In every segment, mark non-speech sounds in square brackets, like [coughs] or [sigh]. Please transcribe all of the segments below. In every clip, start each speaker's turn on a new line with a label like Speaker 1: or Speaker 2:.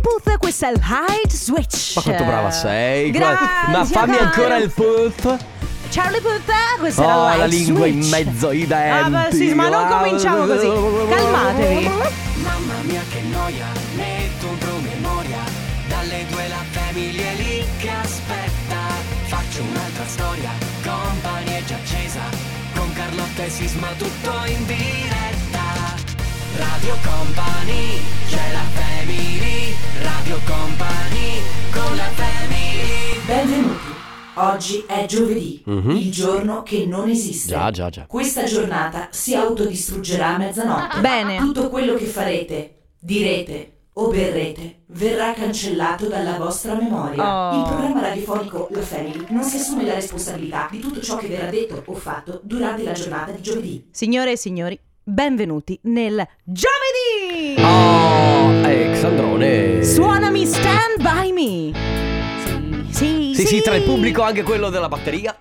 Speaker 1: Puth, questa è Light Switch.
Speaker 2: Ma quanto brava sei. guarda.
Speaker 1: Cioè, Grazie,
Speaker 2: Ma fammi
Speaker 1: dai.
Speaker 2: ancora il puff.
Speaker 1: Charlie Puth, questa
Speaker 2: Oh,
Speaker 1: era Light
Speaker 2: la lingua in
Speaker 1: Switch.
Speaker 2: mezzo ai denti.
Speaker 1: Ah, ma sì, ma non
Speaker 2: Ah,
Speaker 1: cominciamo così. Calmatevi.
Speaker 3: Mamma mia che noia, metto un promemoria Dalle due la famiglia è lì che aspetta Faccio un'altra storia, company è già accesa Con Carlotta e Sisma tutto in diretta Radio Company, c'è la family Radio Company, con la family
Speaker 4: Benvenuti. Oggi è giovedì, il giorno che non esiste.
Speaker 2: Mhm. Già, già, già.
Speaker 4: Questa giornata si autodistruggerà a mezzanotte.
Speaker 1: Bene.
Speaker 4: Tutto quello che farete, direte o berrete verrà cancellato dalla vostra memoria.
Speaker 1: Oh.
Speaker 4: Il programma radiofonico La Family non si assume la responsabilità di tutto ciò che verrà detto o fatto durante la giornata di giovedì.
Speaker 1: Signore e signori, benvenuti nel giovedì.
Speaker 2: Oh, Alexandrone.
Speaker 1: Suonami Stand By Me. Sì, sì,
Speaker 2: Sì, sì, tra il pubblico anche quello della batteria.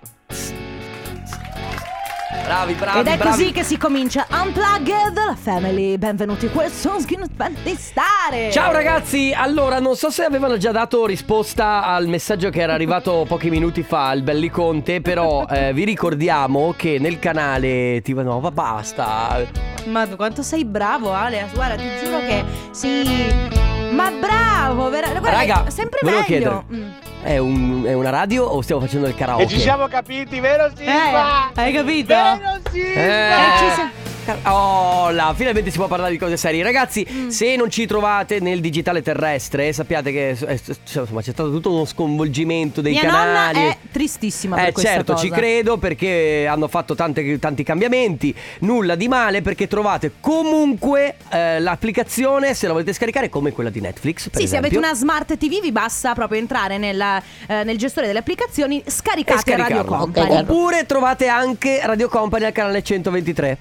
Speaker 2: Bravi, bravi,
Speaker 1: Ed è
Speaker 2: bravi.
Speaker 1: così che si comincia Unplugged la Family. Benvenuti quel Sonskin di stare.
Speaker 2: Ciao ragazzi, allora non so se avevano già dato risposta al messaggio che era
Speaker 1: [laughs]
Speaker 2: arrivato pochi minuti fa al Belli Conte, però eh, vi ricordiamo che nel canale Tiva Nova basta.
Speaker 1: Ma quanto sei bravo, Aleas. Guarda, ti giuro che sì. Ma bravo, veramente. Guarda,
Speaker 2: Raga,
Speaker 1: è sempre
Speaker 2: volevo
Speaker 1: meglio.
Speaker 2: chiedere.
Speaker 1: Mm.
Speaker 2: È, un- è una radio o stiamo facendo il karaoke?
Speaker 5: E ci siamo capiti, vero Silva?
Speaker 1: Eh, hai capito?
Speaker 5: Vero Silva?
Speaker 2: Eh.
Speaker 1: Ci siamo- Mm.
Speaker 2: Oh, là, finalmente si può parlare di cose serie. Ragazzi, se non ci trovate nel digitale terrestre, sappiate che eh, cioè, insomma, c'è stato tutto uno sconvolgimento dei
Speaker 1: Mia nonna
Speaker 2: canali.
Speaker 1: è tristissima per
Speaker 2: eh
Speaker 1: questa
Speaker 2: certo,
Speaker 1: cosa.
Speaker 2: ci credo perché hanno fatto tante- tanti cambiamenti, nulla di male perché trovate comunque eh, l'applicazione se la volete scaricare come quella di Netflix. Per
Speaker 1: Sì, se avete
Speaker 2: esempio.
Speaker 1: una smart TV vi basta proprio entrare nella, eh, nel gestore delle applicazioni, scaricate
Speaker 2: E
Speaker 1: Radio
Speaker 2: scaricarla.
Speaker 1: Company.
Speaker 2: Oppure trovate anche Radio Company al canale 123.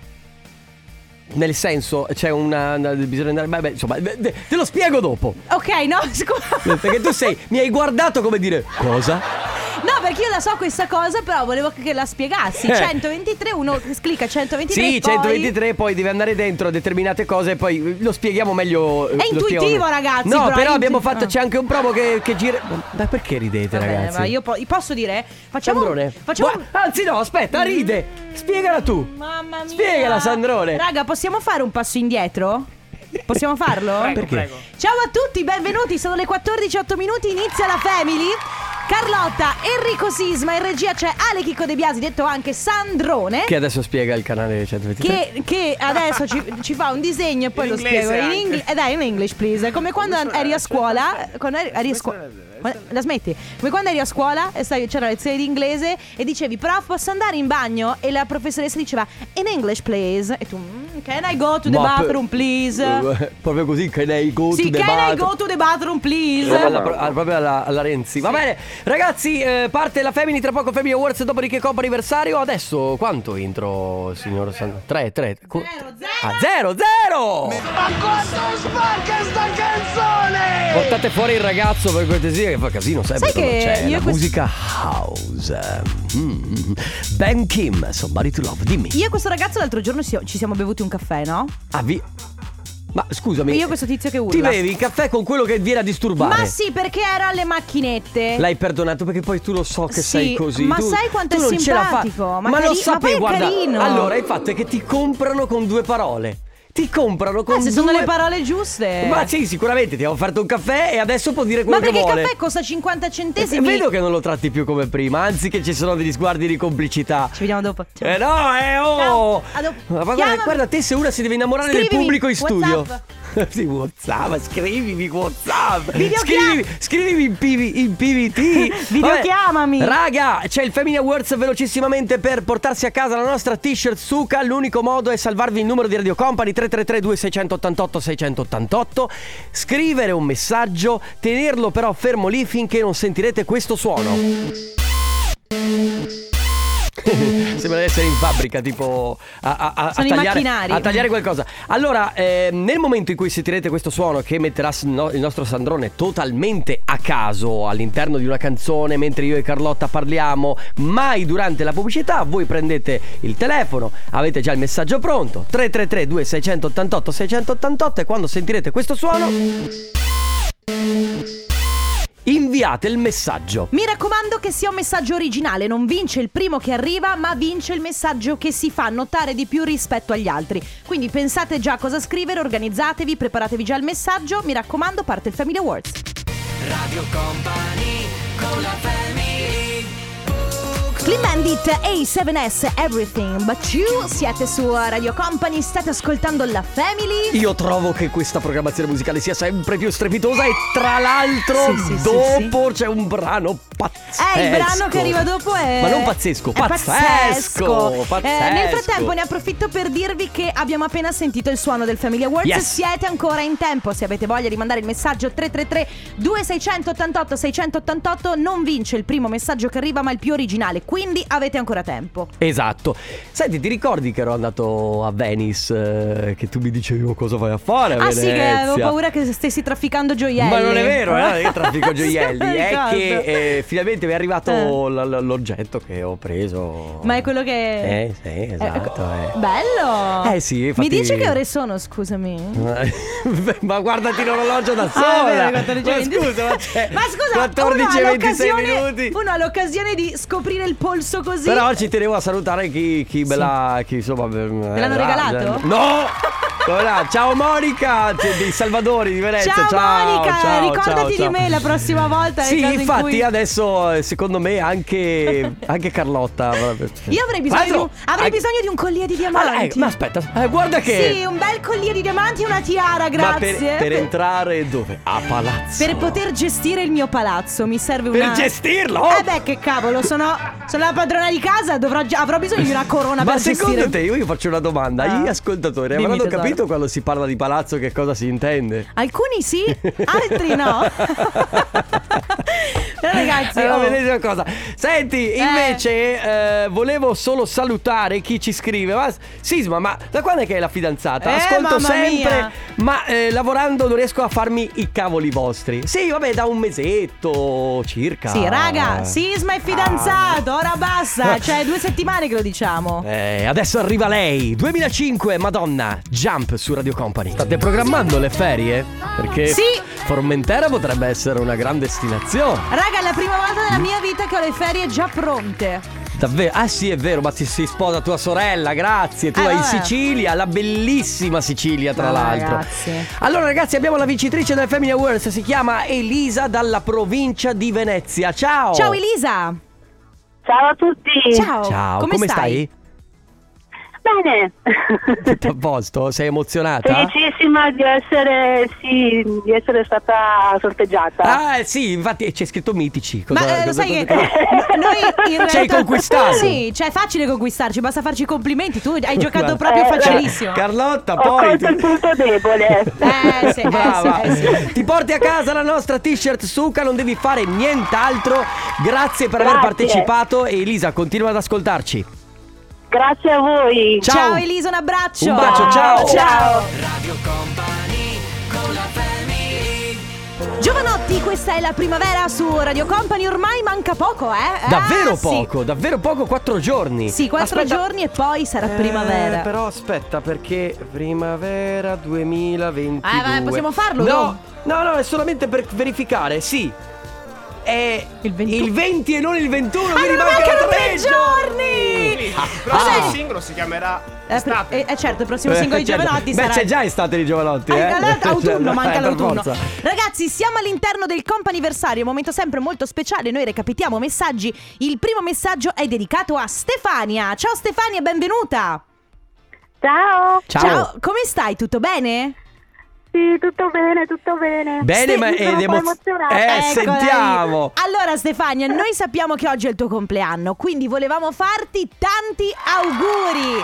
Speaker 2: Nel senso, c'è una. una- bisogna andare. Beh, beh, insomma, beh, te te lo spiego dopo.
Speaker 1: Ok, no, [laughs] scusa.
Speaker 2: Perché tu sei. mi hai guardato come dire. Cosa?
Speaker 1: No, perché io la so questa cosa, però volevo che la spiegassi.
Speaker 2: Eh.
Speaker 1: 123, uno clicca 123.
Speaker 2: Sì,
Speaker 1: poi-
Speaker 2: 123, poi devi andare dentro a determinate cose e poi lo spieghiamo meglio. eh,
Speaker 1: È
Speaker 2: lo spieghiamo
Speaker 1: intuitivo,
Speaker 2: meglio.
Speaker 1: ragazzi,
Speaker 2: No,
Speaker 1: però
Speaker 2: però,
Speaker 1: è intu-
Speaker 2: abbiamo fatto.
Speaker 1: ah.
Speaker 2: C'è anche un promo che, che gira. Ma perché ridete,
Speaker 1: Va bene,
Speaker 2: ragazzi?
Speaker 1: ma io po- posso dire? eh, Facciamo.
Speaker 2: Sandrone.
Speaker 1: facciamo-
Speaker 2: Gua- Anzi, no, aspetta, ride. Spiegala tu.
Speaker 1: Mamma mia.
Speaker 2: Spiegala, Sandrone.
Speaker 1: Raga, possiamo fare un passo indietro? Possiamo farlo?
Speaker 2: Perché?
Speaker 5: prego.
Speaker 1: Ciao a tutti, benvenuti. Sono le 14:08 minuti, inizia la Family. Carlotta, Enrico Sisma, in regia c'è Ale Chicco De Biasi, detto anche Sandrone.
Speaker 2: Che adesso spiega il canale 123.
Speaker 1: Che, che adesso ci, ci fa un disegno e poi
Speaker 5: In
Speaker 1: lo
Speaker 5: inglese
Speaker 1: spiego in
Speaker 5: anche.
Speaker 1: inglese. Eh dai, in English, please. Come quando
Speaker 5: Come
Speaker 1: eri
Speaker 5: suona?
Speaker 1: a scuola. Quando eri, eri a scuola. La smetti. Come quando eri a scuola e stavi- c'era la lezione di inglese e dicevi, prof, posso andare in bagno? E la professoressa diceva, in English, please. E tu, "Mm, can I go to the
Speaker 2: Ma per-
Speaker 1: bathroom, please?
Speaker 2: Eh, Proprio così, can I go
Speaker 1: Sì,
Speaker 2: to the
Speaker 1: can I
Speaker 2: bathroom?
Speaker 1: go to the bathroom,
Speaker 2: Proprio
Speaker 1: please?
Speaker 2: alla- pro- alla- proprio alla, alla Renzi. Va bene, ragazzi, eh, parte la Femini, tra poco Family Awards, dopodiché Coppa Anniversario. Adesso quanto intro, signor Sandro? 3, 3,
Speaker 1: Zero, zero.
Speaker 2: Ah, 0, 0!
Speaker 5: Ma quanto sbarca sta canzone?
Speaker 2: Portate fuori il ragazzo per cortesia che fa casino sempre
Speaker 1: Sai
Speaker 2: quando
Speaker 1: che
Speaker 2: c'è
Speaker 1: io
Speaker 2: la
Speaker 1: quest-
Speaker 2: musica house. Mm. Ben Kim, Somebody to Love, dimmi.
Speaker 1: Io e questo ragazzo l'altro giorno si- ci siamo bevuti un caffè, no?
Speaker 2: Ah, vi- Ma scusami.
Speaker 1: Io questo tizio che
Speaker 2: Ti
Speaker 1: urla.
Speaker 2: bevi il caffè con quello che viene a disturbare.
Speaker 1: Ma sì, perché era alle macchinette.
Speaker 2: L'hai perdonato perché poi tu lo so che
Speaker 1: Sì,
Speaker 2: sei così.
Speaker 1: ma
Speaker 2: tu-
Speaker 1: sai quanto
Speaker 2: tu
Speaker 1: è
Speaker 2: non ce la fa-
Speaker 1: simpatico? Ma cari- ma
Speaker 2: lo
Speaker 1: poi
Speaker 2: sapevo,
Speaker 1: è
Speaker 2: guarda.
Speaker 1: carino.
Speaker 2: Allora, il fatto è che ti comprano con due parole. Ti comprano
Speaker 1: Eh,
Speaker 2: con
Speaker 1: se
Speaker 2: due Eh,
Speaker 1: sono le parole giuste.
Speaker 2: Ma sì, sicuramente ti ho offerto un caffè e adesso può dire
Speaker 1: Ma
Speaker 2: quello
Speaker 1: perché
Speaker 2: che
Speaker 1: il
Speaker 2: vuole.
Speaker 1: caffè costa 50
Speaker 2: E
Speaker 1: centesimi?
Speaker 2: vedo che non lo tratti più come prima, anzi che ci sono degli sguardi di complicità.
Speaker 1: Ci vediamo dopo. Ciao.
Speaker 2: Eh no, eh
Speaker 1: Ciao,
Speaker 2: oh!
Speaker 1: a dopo.
Speaker 2: Ma guarda,
Speaker 1: Chiamami.
Speaker 2: guarda te se una si deve innamorare del
Speaker 1: Scrivimi,
Speaker 2: pubblico in studio. [laughs]
Speaker 1: WhatsApp.
Speaker 2: sì, WhatsApp, scrivimi WhatsApp.
Speaker 1: Videochiam-
Speaker 2: Scrivimi, scrivimi in, PV, in PVT.
Speaker 1: [laughs] Videochiamami.
Speaker 2: Vabbè, Raga, c'è il Family Awards velocissimamente per portarsi a casa la nostra t-shirt Suka. L'unico modo è salvarvi il numero di Radio Company 333 2688 688, scrivere un messaggio, tenerlo però fermo lì finché non sentirete questo suono. [laughs] Sembra di essere in fabbrica, tipo a, a- a- a
Speaker 1: Sono i
Speaker 2: tagliare,
Speaker 1: macchinari.
Speaker 2: a tagliare qualcosa. Allora, ehm, nel momento in cui sentirete questo suono che metterà s- no- il nostro Sandrone totalmente a caso all'interno di una canzone, mentre io e Carlotta parliamo, mai durante la pubblicità, voi prendete il telefono, avete già il messaggio pronto, 333 2688 688 e quando sentirete questo suono... inviate il messaggio.
Speaker 1: Mi raccomando che sia un messaggio originale, non vince il primo che arriva, ma vince il messaggio che si fa notare di più rispetto agli altri. Quindi pensate già a cosa scrivere, organizzatevi, preparatevi già il messaggio. Mi raccomando, parte il Family Awards.
Speaker 3: Radio Company con la family
Speaker 1: Clean Bandit A7S Everything But You siete su Radio Company, state ascoltando la Family.
Speaker 2: Io trovo che questa programmazione musicale sia sempre più strepitosa e tra l'altro
Speaker 1: Sì, sì, sì,
Speaker 2: dopo c'è un brano pazzesco.
Speaker 1: Eh, il brano che arriva dopo è.
Speaker 2: Ma non pazzesco,
Speaker 1: è
Speaker 2: pazzesco, pazzesco.
Speaker 1: Eh, nel frattempo ne approfitto per dirvi che abbiamo appena sentito il suono del Family Awards.
Speaker 2: Yes.
Speaker 1: Siete ancora in tempo. Se avete voglia di mandare il messaggio 333-2688-688, non vince il primo messaggio che arriva, ma il più originale. Quindi avete ancora tempo.
Speaker 2: Esatto. Senti, ti ricordi che ero andato a Venice? eh, che tu mi dicevi "Oh, cosa vai a fare a
Speaker 1: Ah, sì, che
Speaker 2: Venezia?
Speaker 1: avevo paura che stessi trafficando gioielli.
Speaker 2: Ma non è vero, eh, non è che traffico
Speaker 1: [laughs] Sì,
Speaker 2: gioielli, è
Speaker 1: ricordo.
Speaker 2: che eh, finalmente mi è arrivato
Speaker 1: Eh.
Speaker 2: l- l- l'oggetto che ho preso.
Speaker 1: Ma è quello che.
Speaker 2: Eh, sì, esatto. eh.
Speaker 1: Bello!
Speaker 2: Eh, sì,
Speaker 1: Mi
Speaker 2: infatti-
Speaker 1: dici che ore sono, scusami?
Speaker 2: Eh, [laughs] ma guardati l'orologio da sola.
Speaker 1: Ah, è vero, 14
Speaker 2: ma
Speaker 1: minuti.
Speaker 2: scusa, ma, c'è
Speaker 1: [laughs] Ma scusa,
Speaker 2: 14
Speaker 1: uno ha
Speaker 2: 26
Speaker 1: l'occasione-
Speaker 2: minuti.
Speaker 1: Uno ha l'occasione di scoprire il polso così.
Speaker 2: Però ci tenevo a salutare chi, chi me
Speaker 1: Sì.
Speaker 2: l'ha. Chi, insomma, me
Speaker 1: Te l'hanno regalato?
Speaker 2: No! Come là? Ciao Monica cioè, dei Salvadori di Venezia.
Speaker 1: ciao,
Speaker 2: Ciao,
Speaker 1: Monica,
Speaker 2: ciao, ciao,
Speaker 1: ricordati
Speaker 2: ciao.
Speaker 1: di me la prossima volta. nel
Speaker 2: Sì,
Speaker 1: caso in
Speaker 2: infatti
Speaker 1: cui-
Speaker 2: adesso eh, secondo
Speaker 1: [laughs]
Speaker 2: me anche, anche Carlotta. avrebbe-
Speaker 1: Io avrei bisogno, di
Speaker 2: Tra
Speaker 1: un,
Speaker 2: l'altro,
Speaker 1: avrei
Speaker 2: anche-
Speaker 1: bisogno di un collier di
Speaker 2: Ma,
Speaker 1: diamanti.
Speaker 2: eh, Ecco. ma aspetta, eh, guarda che.
Speaker 1: Sì, un bel collier di diamanti e una tiara,
Speaker 2: ma
Speaker 1: grazie.
Speaker 2: per, per entrare dove? A palazzo.
Speaker 1: Per poter gestire il mio palazzo mi serve
Speaker 2: Per
Speaker 1: una...
Speaker 2: gestirlo?
Speaker 1: Ah. Eh beh, che cavolo, sono, sono la padrona di casa, dovrò, gi- avrò bisogno di una corona
Speaker 2: Ma
Speaker 1: per
Speaker 2: secondo
Speaker 1: gestire...
Speaker 2: te, io, io faccio una domanda,
Speaker 1: Ah.
Speaker 2: gli ascoltatori
Speaker 1: Dimmi,
Speaker 2: avranno
Speaker 1: tesoro.
Speaker 2: capito quando si parla di palazzo che cosa si intende?
Speaker 1: Alcuni sì, altri
Speaker 2: [laughs]
Speaker 1: no. Però ragazzi,
Speaker 2: Eh,
Speaker 1: oh,
Speaker 2: vedete una cosa. Senti, invece eh, volevo solo salutare chi ci scrive. Ma, Sisma, ma da quando è che è la fidanzata?
Speaker 1: Eh,
Speaker 2: Ascolto
Speaker 1: mamma
Speaker 2: sempre,
Speaker 1: mia.
Speaker 2: ma eh, lavorando non riesco a farmi i cavoli vostri. Sì, vabbè, da un mesetto circa.
Speaker 1: sì,
Speaker 2: Ah.
Speaker 1: raga, Sisma è fidanzato, ora basta, cioè due settimane che lo diciamo.
Speaker 2: Eh, adesso arriva lei, 2005, Madonna, Jump su Radio Company. State programmando le ferie? Perché
Speaker 1: Sì.
Speaker 2: Formentera potrebbe essere una gran destinazione.
Speaker 1: Raga, è la prima volta nella mia vita che ho le ferie già pronte.
Speaker 2: Davvero? Ah sì, è vero, ma ti si sposa tua sorella, grazie. Tu
Speaker 1: Eh,
Speaker 2: vai in
Speaker 1: vabbè.
Speaker 2: Sicilia, la bellissima Sicilia tra
Speaker 1: Ma
Speaker 2: l'altro.
Speaker 1: ragazzi.
Speaker 2: Allora ragazzi, abbiamo la vincitrice del Family Awards, si chiama Elisa dalla provincia di Venezia. Ciao!
Speaker 1: Ciao Elisa!
Speaker 6: Ciao a tutti!
Speaker 1: Ciao!
Speaker 2: Eh, Ciao, come, stai?
Speaker 6: Bene!
Speaker 2: Tutto a posto? Sei emozionata?
Speaker 6: Felicissima di essere, sì, di essere stata sorteggiata.
Speaker 2: Ah sì, infatti c'è scritto mitici.
Speaker 1: Ma
Speaker 2: Cosa-
Speaker 1: eh, lo
Speaker 2: cosa-
Speaker 1: sai che
Speaker 2: cosa-
Speaker 1: no- noi in realtà
Speaker 2: Ci hai conquistato.
Speaker 1: Sì, cioè è facile conquistarci, basta farci i complimenti. Tu
Speaker 2: [laughs]
Speaker 1: hai giocato
Speaker 2: Guarda.
Speaker 1: proprio
Speaker 6: Eh,
Speaker 1: facilissimo.
Speaker 2: Cioè, Carlotta,
Speaker 6: Ho
Speaker 2: poi.
Speaker 6: colto il punto debole.
Speaker 1: Eh, sì, eh,
Speaker 2: Brava.
Speaker 1: sì, eh, sì.
Speaker 2: Ti porti a casa la nostra t-shirt Suca, non devi fare nient'altro. Grazie per aver
Speaker 6: Grazie.
Speaker 2: partecipato e Elisa continua ad ascoltarci.
Speaker 6: Grazie a voi!
Speaker 1: Ciao.
Speaker 2: Ciao.
Speaker 1: Elisa, un abbraccio.
Speaker 2: Un bacio, ciao.
Speaker 6: Ciao.
Speaker 3: Radio Company con la family
Speaker 1: Giovanotti, questa è la primavera su Radio Company, ormai manca poco, eh? Eh,
Speaker 2: Davvero
Speaker 1: sì.
Speaker 2: poco, davvero poco, quattro giorni.
Speaker 1: Sì, quattro
Speaker 2: Aspetta.
Speaker 1: giorni e poi sarà primavera.
Speaker 2: Eh, però aspetta, perché primavera 2022.
Speaker 1: Eh, vabbè, possiamo farlo,
Speaker 2: No, no, no, è solamente per verificare, sì. È
Speaker 1: Il 21.
Speaker 2: 20 e non il 21,
Speaker 1: Ah,
Speaker 2: quindi
Speaker 1: no, mancano tre giorni!
Speaker 7: Il
Speaker 1: Ah.
Speaker 7: prossimo singolo si chiamerà
Speaker 1: Eh, pr-
Speaker 7: Estate.
Speaker 1: eh, eh, certo, il prossimo singolo di
Speaker 2: Eh, certo.
Speaker 1: Giovanotti
Speaker 2: Beh,
Speaker 1: sarà...
Speaker 2: c'è già estate di Giovanotti,
Speaker 1: Ah,
Speaker 2: eh.
Speaker 1: tra
Speaker 2: [laughs]
Speaker 1: l'altro, autunno,
Speaker 2: Cioè,
Speaker 1: manca
Speaker 2: eh, per
Speaker 1: l'autunno.
Speaker 2: forza.
Speaker 1: Ragazzi, siamo all'interno del comp'anniversario, un momento sempre molto speciale. Noi recapitiamo messaggi. Il primo messaggio è dedicato a Stefania. Ciao Stefania, benvenuta.
Speaker 6: Ciao!
Speaker 2: Ciao.
Speaker 1: come stai? Tutto bene?
Speaker 6: Sì, tutto bene, tutto bene.
Speaker 2: Bene,
Speaker 6: Sì,
Speaker 2: ma
Speaker 6: mi sono
Speaker 2: ed
Speaker 6: un po'
Speaker 2: emoz-
Speaker 6: emozionata. Ecco,
Speaker 2: Eh,
Speaker 1: Eccola
Speaker 2: sentiamo.
Speaker 1: lì. Allora Stefania, noi sappiamo che oggi è il tuo compleanno, quindi volevamo farti tanti auguri.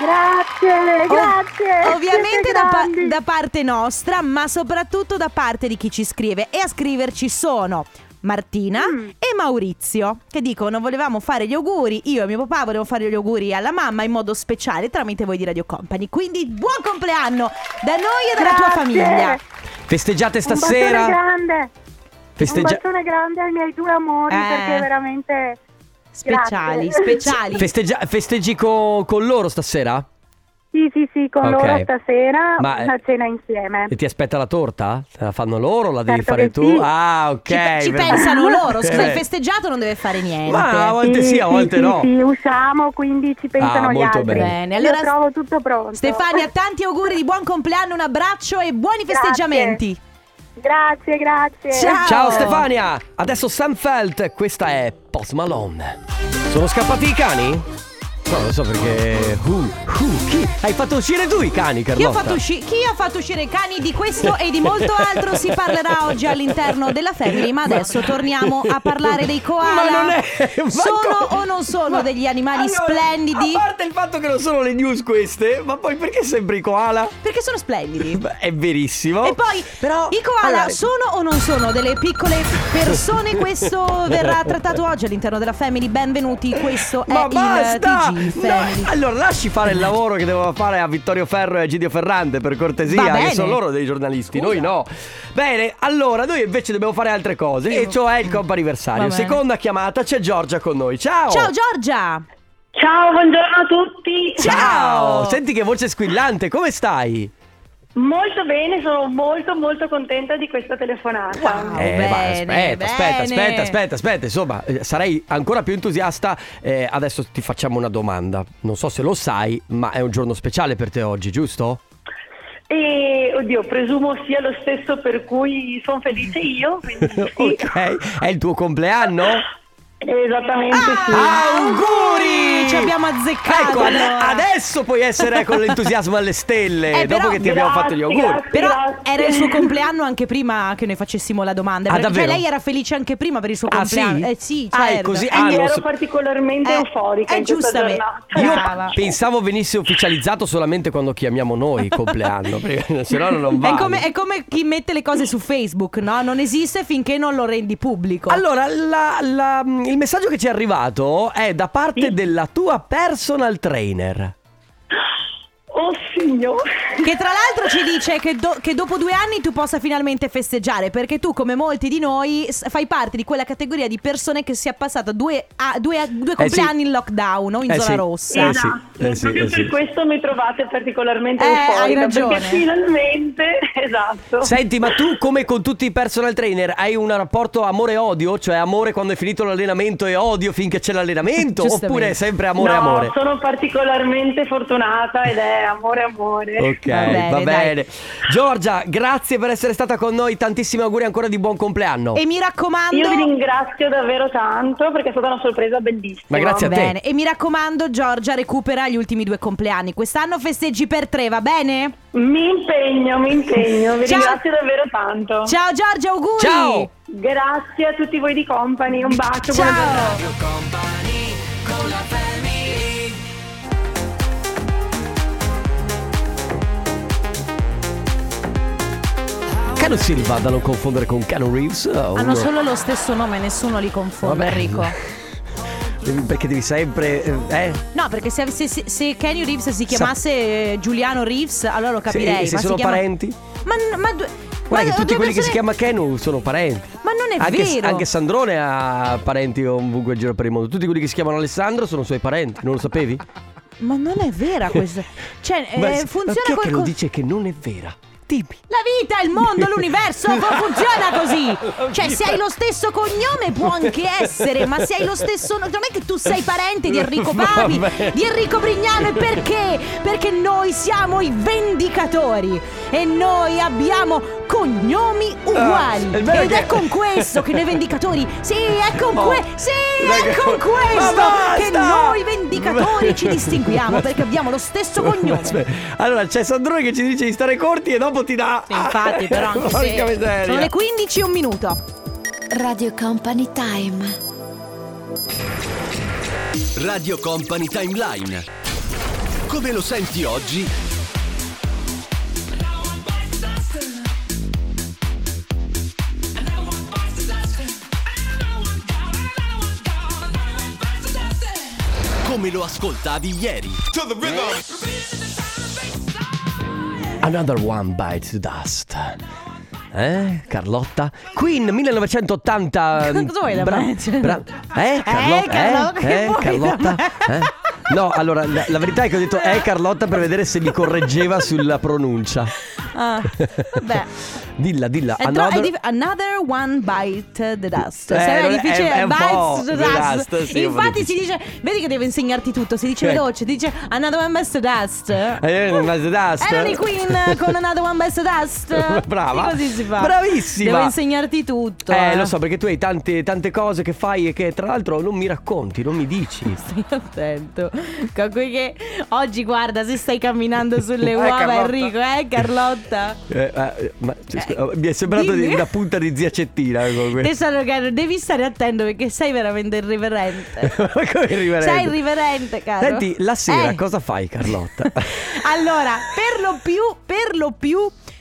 Speaker 6: Grazie, grazie.
Speaker 1: Ov- Oh, ovviamente
Speaker 6: Siete
Speaker 1: da, pa-
Speaker 6: grandi.
Speaker 1: da parte nostra, ma soprattutto da parte di chi ci scrive. E a scriverci sono Martina
Speaker 6: Mm.
Speaker 1: e Maurizio, che dicono volevamo fare gli auguri, io e mio papà volevamo fare gli auguri alla mamma in modo speciale tramite voi di Radio Company. Quindi buon compleanno da noi e dalla tua
Speaker 6: Grazie.
Speaker 1: famiglia.
Speaker 2: Festeggiate
Speaker 6: Un
Speaker 2: stasera.
Speaker 6: bacione grande. Un
Speaker 2: festeggia-
Speaker 6: bacione grande ai miei due amori
Speaker 1: Eh.
Speaker 6: perché veramente
Speaker 1: Speciali,
Speaker 6: Grazie.
Speaker 1: speciali.
Speaker 2: festeggia- festeggi co- con loro stasera?
Speaker 6: Sì, sì, sì, con
Speaker 2: Ok.
Speaker 6: loro stasera
Speaker 2: Ma- eh,
Speaker 6: una cena insieme.
Speaker 2: E ti aspetta la torta? Te la fanno loro o la devi
Speaker 6: Certo
Speaker 2: fare
Speaker 6: che
Speaker 2: tu?
Speaker 6: sì.
Speaker 2: Ah, ok.
Speaker 1: Ci- ci,
Speaker 2: perfetto. [laughs]
Speaker 1: pensano loro, scusa,
Speaker 2: Eh,
Speaker 1: il festeggiato non deve fare niente.
Speaker 2: Ma a volte sì, a volte
Speaker 6: sì,
Speaker 2: no.
Speaker 6: sì, usciamo, quindi ci pensano
Speaker 2: Ah,
Speaker 6: gli
Speaker 2: molto
Speaker 6: altri.
Speaker 2: bene.
Speaker 1: Bene, allora
Speaker 6: Io trovo tutto pronto.
Speaker 1: Stefania, tanti auguri di buon compleanno, un abbraccio e buoni
Speaker 6: Grazie.
Speaker 1: festeggiamenti.
Speaker 6: [laughs] Grazie, grazie.
Speaker 1: Ciao.
Speaker 2: Ciao Stefania! Adesso Sam Felt, questa è Post Malone. Sono scappati i cani? No, non so perché. Who? Who? Chi? Hai fatto uscire tu i cani,
Speaker 1: Chi ha,
Speaker 2: Carlotta?
Speaker 1: fatto usci- chi ha fatto uscire i cani di questo e di molto altro si parlerà oggi all'interno della Family, ma adesso torniamo a parlare dei koala.
Speaker 2: Ma non è. [laughs] ma
Speaker 1: sono
Speaker 2: come-
Speaker 1: o non sono
Speaker 2: ma-
Speaker 1: degli animali
Speaker 2: Allora,
Speaker 1: splendidi?
Speaker 2: A parte il fatto che non sono le news queste, ma poi perché sempre i koala?
Speaker 1: Perché sono splendidi.
Speaker 2: Beh, È verissimo.
Speaker 1: E poi
Speaker 2: Oh, Però,
Speaker 1: i koala
Speaker 2: allora,
Speaker 1: sono o non sono delle piccole persone?
Speaker 2: [laughs]
Speaker 1: Questo verrà trattato oggi all'interno della Family. Benvenuti, questo
Speaker 2: Ma
Speaker 1: è
Speaker 2: basta!
Speaker 1: il TG
Speaker 2: No,
Speaker 1: Family.
Speaker 2: allora lasci fare il lavoro che devono fare a Vittorio Ferro e a Gidio Ferrante per cortesia,
Speaker 1: Va
Speaker 2: che
Speaker 1: bene.
Speaker 2: sono loro dei giornalisti,
Speaker 1: Scusa.
Speaker 2: noi no. Bene, allora noi invece dobbiamo fare altre cose, e cioè il comp
Speaker 1: Va
Speaker 2: anniversario.
Speaker 1: bene.
Speaker 2: Seconda chiamata, c'è Giorgia con noi. Ciao!
Speaker 1: Ciao Giorgia!
Speaker 6: Ciao, buongiorno a tutti.
Speaker 2: Ciao! Senti che voce squillante, come stai?
Speaker 6: Molto bene, sono molto molto contenta di questa telefonata.
Speaker 1: Wow.
Speaker 2: ma
Speaker 1: bene,
Speaker 2: Eh, aspetta, aspetta,
Speaker 1: bene.
Speaker 2: aspetta, aspetta, aspetta, insomma, eh, sarei ancora più entusiasta. eh, adesso ti facciamo una domanda. Non so se lo sai, ma è un giorno speciale per te oggi, giusto?
Speaker 6: E oddio, presumo sia lo stesso per cui sono felice io,
Speaker 2: [laughs]
Speaker 6: quindi sì.
Speaker 2: ok, è il tuo compleanno?
Speaker 6: Esattamente sì.
Speaker 2: Auguri!
Speaker 1: Ci abbiamo azzeccato,
Speaker 2: Ecco, ade-
Speaker 1: allora.
Speaker 2: adesso puoi essere con l'entusiasmo alle stelle.
Speaker 1: Eh,
Speaker 2: dopo
Speaker 1: però-
Speaker 2: che ti abbiamo fatto gli auguri.
Speaker 6: Grazie,
Speaker 1: Però
Speaker 6: grazie.
Speaker 1: era il suo compleanno anche prima che noi facessimo la domanda.
Speaker 2: Ah,
Speaker 1: perché- cioè,
Speaker 2: davvero?
Speaker 1: lei era felice anche prima per il suo
Speaker 2: Ah,
Speaker 1: compleanno.
Speaker 2: sì?
Speaker 1: Eh sì,
Speaker 2: Ah, è
Speaker 1: certo.
Speaker 2: così?
Speaker 1: [laughs] Eh,
Speaker 2: Ah,
Speaker 6: Quindi
Speaker 2: non
Speaker 6: ero
Speaker 2: so-
Speaker 6: particolarmente
Speaker 1: Eh,
Speaker 6: euforica
Speaker 1: eh,
Speaker 6: in questa
Speaker 1: giustamente.
Speaker 6: giornata.
Speaker 2: Io
Speaker 1: Brava.
Speaker 2: pensavo venisse ufficializzato solamente quando chiamiamo noi il
Speaker 1: [laughs]
Speaker 2: compleanno, perché se no non va.
Speaker 1: È come, è come chi mette le cose su Facebook, no? Non esiste finché non lo rendi pubblico.
Speaker 2: Allora, la- la- il messaggio che ci è arrivato è da parte
Speaker 6: Sì.
Speaker 2: della tua personal trainer.
Speaker 6: Oh signor.
Speaker 1: Che tra l'altro ci dice che, do- che dopo due anni tu possa finalmente festeggiare, perché tu, come molti di noi, s- fai parte di quella categoria di persone che si è passata due, a- due, a- due compleanni in lockdown o in
Speaker 2: Eh,
Speaker 1: zona
Speaker 2: sì.
Speaker 1: rossa.
Speaker 2: Eh, sì,
Speaker 6: Esatto,
Speaker 2: eh, sì,
Speaker 6: proprio
Speaker 2: eh,
Speaker 6: per
Speaker 2: sì.
Speaker 6: questo mi trovate particolarmente
Speaker 1: Eh,
Speaker 6: euforica.
Speaker 1: hai ragione.
Speaker 6: Perché finalmente, [laughs] esatto.
Speaker 2: Senti, ma tu come con tutti i personal trainer hai un rapporto amore-odio? Cioè amore quando è finito l'allenamento e odio finché c'è
Speaker 1: [laughs]
Speaker 2: l'allenamento?
Speaker 1: Giustamente.
Speaker 2: Oppure è sempre amore-amore?
Speaker 6: No, sono particolarmente fortunata ed è amore amore.
Speaker 2: Ok, va
Speaker 1: Va
Speaker 2: bene,
Speaker 1: bene, dai.
Speaker 2: Giorgia, grazie per essere stata con noi. Tantissimi auguri ancora di buon compleanno.
Speaker 1: E mi raccomando.
Speaker 6: Io vi ringrazio davvero tanto perché è stata una sorpresa bellissima.
Speaker 2: Ma grazie a te.
Speaker 1: Bene, e mi raccomando, Giorgia recupera gli ultimi due compleanni. Quest'anno festeggi per tre, va bene?
Speaker 6: Mi impegno, mi impegno, vi
Speaker 1: Ciao.
Speaker 6: ringrazio davvero tanto.
Speaker 1: Ciao Giorgia, auguri!
Speaker 2: Ciao!
Speaker 6: Grazie a tutti voi di Company, un bacio, buona giornata.
Speaker 1: Ciao!
Speaker 2: Cano Silva, da non confondere con Cano Reeves. Oh,
Speaker 1: Hanno solo lo stesso nome, nessuno li confonde,
Speaker 2: Vabbè.
Speaker 1: Enrico.
Speaker 2: Perché devi sempre... Eh?
Speaker 1: No, perché se, se, se- se Kenny Reeves si chiamasse eh, Giuliano Reeves, allora lo
Speaker 2: se
Speaker 1: capirei.
Speaker 2: se
Speaker 1: ma si
Speaker 2: sono
Speaker 1: chiama-
Speaker 2: parenti?
Speaker 1: Ma, ma due- ma
Speaker 2: Guarda che
Speaker 1: due
Speaker 2: tutti quelli che si
Speaker 1: persone-
Speaker 2: chiamano Cano sono parenti.
Speaker 1: Ma non è
Speaker 2: Anche,
Speaker 1: vero.
Speaker 2: anche Sandrone ha parenti ovunque in giro per il mondo. Tutti quelli che si chiamano Alessandro sono suoi parenti, non lo sapevi?
Speaker 1: Ma non è vera
Speaker 2: [laughs]
Speaker 1: questa. Cioè, [laughs] eh,
Speaker 2: Ma- ma chi
Speaker 1: funziona
Speaker 2: è che lo
Speaker 1: qualcosa.
Speaker 2: dice che non è vera? [laughs] Tipi.
Speaker 1: La vita, il mondo,
Speaker 2: [laughs]
Speaker 1: l'universo co- funziona così. Cioè, se hai lo stesso cognome può anche essere, ma se hai lo stesso nome, non è che tu sei parente di
Speaker 2: [laughs]
Speaker 1: Enrico Papi,
Speaker 2: Vabbè.
Speaker 1: di Enrico Brignano e perché? Perché noi siamo i vendicatori e noi abbiamo cognomi uguali.
Speaker 2: Ah, è vero
Speaker 1: Ed
Speaker 2: che-
Speaker 1: è con questo che noi vendicatori Sì, è con
Speaker 2: Oh,
Speaker 1: que- Sì, è
Speaker 2: raga-
Speaker 1: con questo
Speaker 2: Ma
Speaker 1: che
Speaker 2: basta!
Speaker 1: noi vendicatori ci distinguiamo perché abbiamo lo
Speaker 2: [laughs]
Speaker 1: stesso cognome.
Speaker 2: Aspetta, cioè, Allora c'è Sandrone che ci dice di stare corti e dopo ti dà.
Speaker 1: Sì,
Speaker 2: [laughs]
Speaker 1: infatti, però anche se-
Speaker 2: Porca miseria.
Speaker 1: Sono le 15 e un minuto.
Speaker 7: Radio Company Time.
Speaker 8: Radio Company Timeline. Come lo senti oggi? Come lo ascoltavi ieri?
Speaker 2: Another one bites the dust. Eh, Carlotta? Queen 1980.
Speaker 1: [laughs] Cosa vuoi da
Speaker 2: mm, Bra-
Speaker 1: me?
Speaker 2: bra- eh, Carlotta?
Speaker 1: Carlotta, che
Speaker 2: eh,
Speaker 1: vuoi da
Speaker 2: Carlotta?
Speaker 1: me?
Speaker 2: Eh? No, allora, la, la verità è che ho detto è Carlotta per vedere se mi correggeva sulla pronuncia.
Speaker 1: Ah, vabbè.
Speaker 2: Dilla, dilla.
Speaker 1: Eh, È tro- è
Speaker 2: another-
Speaker 1: dif- another one bite the dust.
Speaker 2: Eh,
Speaker 1: Cioè,
Speaker 2: non
Speaker 1: è
Speaker 2: è-
Speaker 1: difficile.
Speaker 2: è- è un po'
Speaker 1: bites the
Speaker 2: the
Speaker 1: dust.
Speaker 2: dust, sì, è un po'
Speaker 1: Infatti si dice, vedi che devo insegnarti tutto. Si dice
Speaker 2: Ecco.
Speaker 1: veloce, ti dice another one bites the dust.
Speaker 2: Eh, ma the dust. Eh,
Speaker 1: Erano i
Speaker 2: [laughs]
Speaker 1: Queen con Another One Best Dust.
Speaker 2: Brava.
Speaker 1: E così si fa.
Speaker 2: Bravissima.
Speaker 1: Devo insegnarti tutto.
Speaker 2: Eh, lo so, perché tu hai tante, tante cose che fai e che tra l'altro non mi racconti, non mi dici.
Speaker 1: Stai attento. Con cui che oggi guarda se stai camminando sulle uova, Enrico, eh, Carlotta.
Speaker 2: Eh, eh, ma, cioè, scusa, mi è sembrato
Speaker 1: dimmi.
Speaker 2: di una punta di zia Cettina.
Speaker 1: [laughs]
Speaker 2: eh, con que-
Speaker 1: Tesoro caro, devi stare attento perché sei veramente irriverente.
Speaker 2: [laughs] Ma come irriverente?
Speaker 1: Sei irriverente, caro.
Speaker 2: Senti, la sera
Speaker 1: Eh. Ah.
Speaker 2: cosa
Speaker 1: [laughs]
Speaker 2: fai, Carlotta?
Speaker 1: allora, per lo più, per lo più.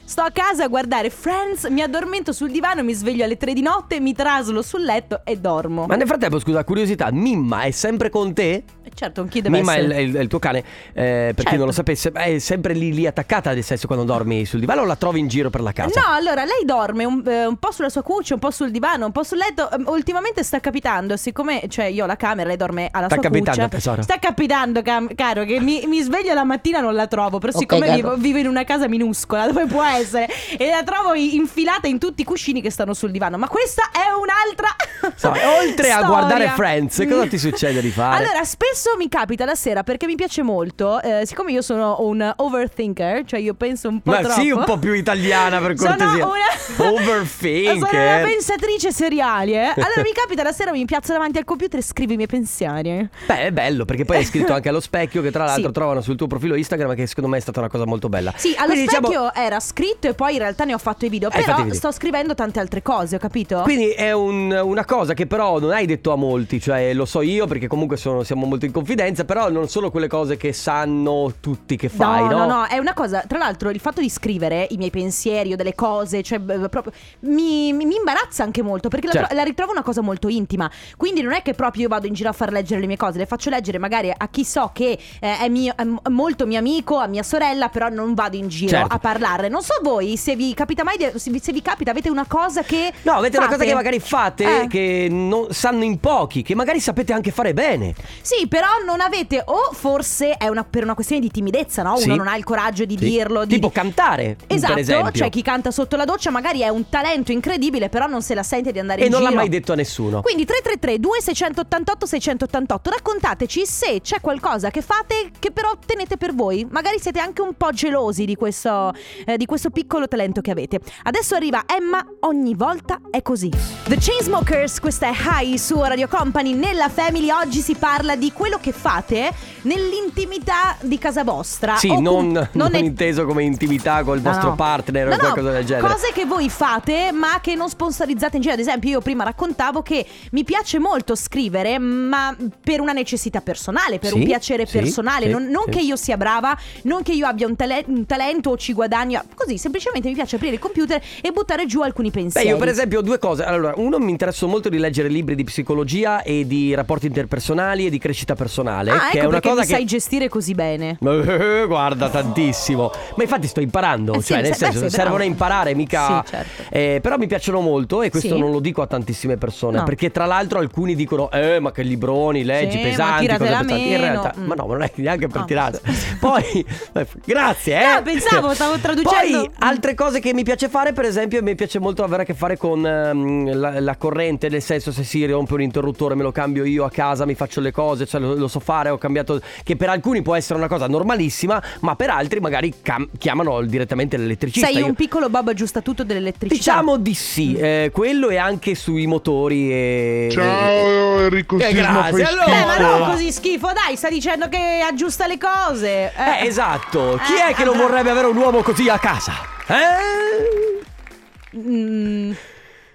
Speaker 1: Sto a casa a guardare Friends, mi addormento sul divano, mi sveglio alle tre di notte, mi traslo sul letto e dormo.
Speaker 2: ma nel frattempo, scusa, curiosità, Mimma è sempre con te?
Speaker 1: Certo, con chi deve
Speaker 2: Mimma è il,
Speaker 1: essere?
Speaker 2: è il- è il tuo cane, eh, per chi
Speaker 1: Certo.
Speaker 2: non lo sapesse, è sempre lì, lì attaccata nel senso quando dormi sul divano o la trovi in giro per la casa?
Speaker 1: No, allora lei dorme un, eh, un po' sulla sua cuccia, un po' sul divano, un po' sul letto. Ehm, Ultimamente sta capitando, siccome cioè io ho la camera, lei dorme alla
Speaker 2: Sta
Speaker 1: sua
Speaker 2: capitando,
Speaker 1: cuccia.
Speaker 2: tesoro.
Speaker 1: Sta capitando, cam- caro, che mi, mi sveglio la mattina e non la trovo. Però, siccome vivo, vivo in una casa minuscola, dove può essere, e la trovo i- infilata in tutti i cuscini che stanno sul divano. Ma questa è un'altra. [laughs]
Speaker 2: So, oltre a
Speaker 1: storia.
Speaker 2: guardare Friends, cosa ti succede di fare?
Speaker 1: Allora, spesso mi capita la sera perché mi piace molto. eh, siccome io sono un overthinker, cioè io penso un po'
Speaker 2: Ma
Speaker 1: troppo.
Speaker 2: sì, un po' più italiana per cortesia.
Speaker 1: Sono una [laughs]
Speaker 2: Overthinker.
Speaker 1: Sono una pensatrice seriale. Allora mi capita la sera mi piazzo davanti al computer e scrivo i miei pensieri.
Speaker 2: Beh, è bello perché poi
Speaker 1: [laughs]
Speaker 2: è scritto anche allo specchio che tra l'altro
Speaker 1: Sì.
Speaker 2: trovano sul tuo profilo Instagram che secondo me è stata una cosa molto bella.
Speaker 1: Sì, allo
Speaker 2: Quindi, diciamo-
Speaker 1: specchio era scritto e poi in realtà ne ho fatto i video.
Speaker 2: Hai
Speaker 1: Però
Speaker 2: fatto i video.
Speaker 1: sto scrivendo tante altre cose, ho capito?
Speaker 2: Quindi è un- una cosa che però non hai detto a molti, cioè lo so io perché comunque sono- siamo molto in confidenza, però non sono quelle cose che sanno tutti che fai, no?
Speaker 1: no, no, è una cosa. Tra l'altro, il fatto di scrivere i miei pensieri o delle cose, cioè b- b- proprio mi, mi- mi imbarazza anche molto perché la,
Speaker 2: Certo.
Speaker 1: tro- la ritrovo una cosa molto intima. Quindi non è che proprio io vado in giro a far leggere le mie cose, le faccio leggere magari a chi so che eh, è, mio- è m- molto mio amico, a mia sorella, però non vado in giro
Speaker 2: Certo.
Speaker 1: a parlarne. Non so voi se vi capita mai, di- se vi, se vi capita, avete una cosa che.
Speaker 2: No, avete una cosa
Speaker 1: fate?
Speaker 2: che magari fate
Speaker 1: Eh.
Speaker 2: che non- sanno in pochi, che magari sapete anche fare bene.
Speaker 1: Sì, però non avete, o forse è una- per una questione di timidezza, no? Uno
Speaker 2: Sì.
Speaker 1: non ha il coraggio di
Speaker 2: Sì.
Speaker 1: dirlo. Di,
Speaker 2: Tipo
Speaker 1: di-
Speaker 2: cantare,
Speaker 1: Esatto,
Speaker 2: per esempio.
Speaker 1: cioè chi canta sotto la doccia magari è un talento incredibile, però non se la sente di andare
Speaker 2: e
Speaker 1: in
Speaker 2: non
Speaker 1: giro.
Speaker 2: l'ha mai detto a nessuno.
Speaker 1: Quindi 333 2688 688 raccontateci se c'è qualcosa che fate che però tenete per voi. Magari siete anche un po' gelosi di questo, eh, di questo piccolo talento che avete. Adesso arriva Emma, ogni volta è così. The Chainsmokers, questa è High su Radio Company. Nella Family oggi si parla di quello che fate nell'intimità di casa vostra.
Speaker 2: Sì,
Speaker 1: O com-
Speaker 2: non, non
Speaker 1: è-
Speaker 2: inteso come intimità col
Speaker 1: No,
Speaker 2: vostro
Speaker 1: no.
Speaker 2: partner
Speaker 1: No,
Speaker 2: o
Speaker 1: no,
Speaker 2: qualcosa del genere.
Speaker 1: Cose che voi fate ma che non sponsorizzate in giro. Ad esempio, io prima raccontavo che mi piace molto scrivere, ma per una necessità personale, per
Speaker 2: Sì,
Speaker 1: un piacere
Speaker 2: sì,
Speaker 1: personale.
Speaker 2: sì,
Speaker 1: non non
Speaker 2: sì.
Speaker 1: che io sia brava, non che io abbia un, tale- un talento o ci guadagno. Così, semplicemente mi piace aprire il computer e buttare giù alcuni
Speaker 2: Beh,
Speaker 1: pensieri.
Speaker 2: io per esempio ho due cose. Allora, uno mi interesso molto di leggere libri di psicologia e di rapporti interpersonali e di crescita personale,
Speaker 1: Ah, ecco
Speaker 2: che è una
Speaker 1: perché
Speaker 2: cosa
Speaker 1: mi
Speaker 2: che
Speaker 1: sai gestire così bene.
Speaker 2: Eh, Guarda, tantissimo. Ma infatti sto imparando,
Speaker 1: Eh sì,
Speaker 2: cioè nel
Speaker 1: beh,
Speaker 2: senso
Speaker 1: sei bravo.
Speaker 2: servono a imparare, mica...
Speaker 1: Sì, certo.
Speaker 2: Eh, però mi piacciono molto e questo
Speaker 1: Sì.
Speaker 2: non lo dico a tantissime persone,
Speaker 1: No.
Speaker 2: perché tra l'altro alcuni dicono, eh ma che libroni, leggi
Speaker 1: ma
Speaker 2: pesanti, cose
Speaker 1: tiratela
Speaker 2: pesanti. In
Speaker 1: meno.
Speaker 2: realtà,
Speaker 1: Mm.
Speaker 2: ma no, ma non è neanche per
Speaker 1: Ah. [laughs]
Speaker 2: tirare. Poi, [laughs] grazie, eh.
Speaker 1: No, pensavo, stavo traducendo.
Speaker 2: [laughs]
Speaker 1: Mm.
Speaker 2: Poi, altre cose che mi piace fare, per esempio, mi piace molto avere a che fare con ehm, la, la corrente, nel senso se si rompe un interruttore me lo cambio io a casa, mi faccio le cose, cioè lo, lo so fare, ho cambiato, che per alcuni può essere una cosa normalissima, ma per altri magari cam- chiamano direttamente l'elettricista.
Speaker 1: Sei
Speaker 2: Io-
Speaker 1: un piccolo babbo aggiustatutto dell'elettricità.
Speaker 2: Diciamo di sì, eh, quello e anche sui motori e...
Speaker 5: Ciao Enrico
Speaker 2: Eh,
Speaker 5: Sisma,
Speaker 2: grazie,
Speaker 5: fai
Speaker 2: allora-
Speaker 5: schifo.
Speaker 1: Beh, ma non così schifo, dai, sta dicendo che aggiusta le cose.
Speaker 2: Eh, esatto, chi
Speaker 1: Eh,
Speaker 2: è che non
Speaker 1: allora-
Speaker 2: vorrebbe avere un uomo così a casa? Eh?
Speaker 1: Mm,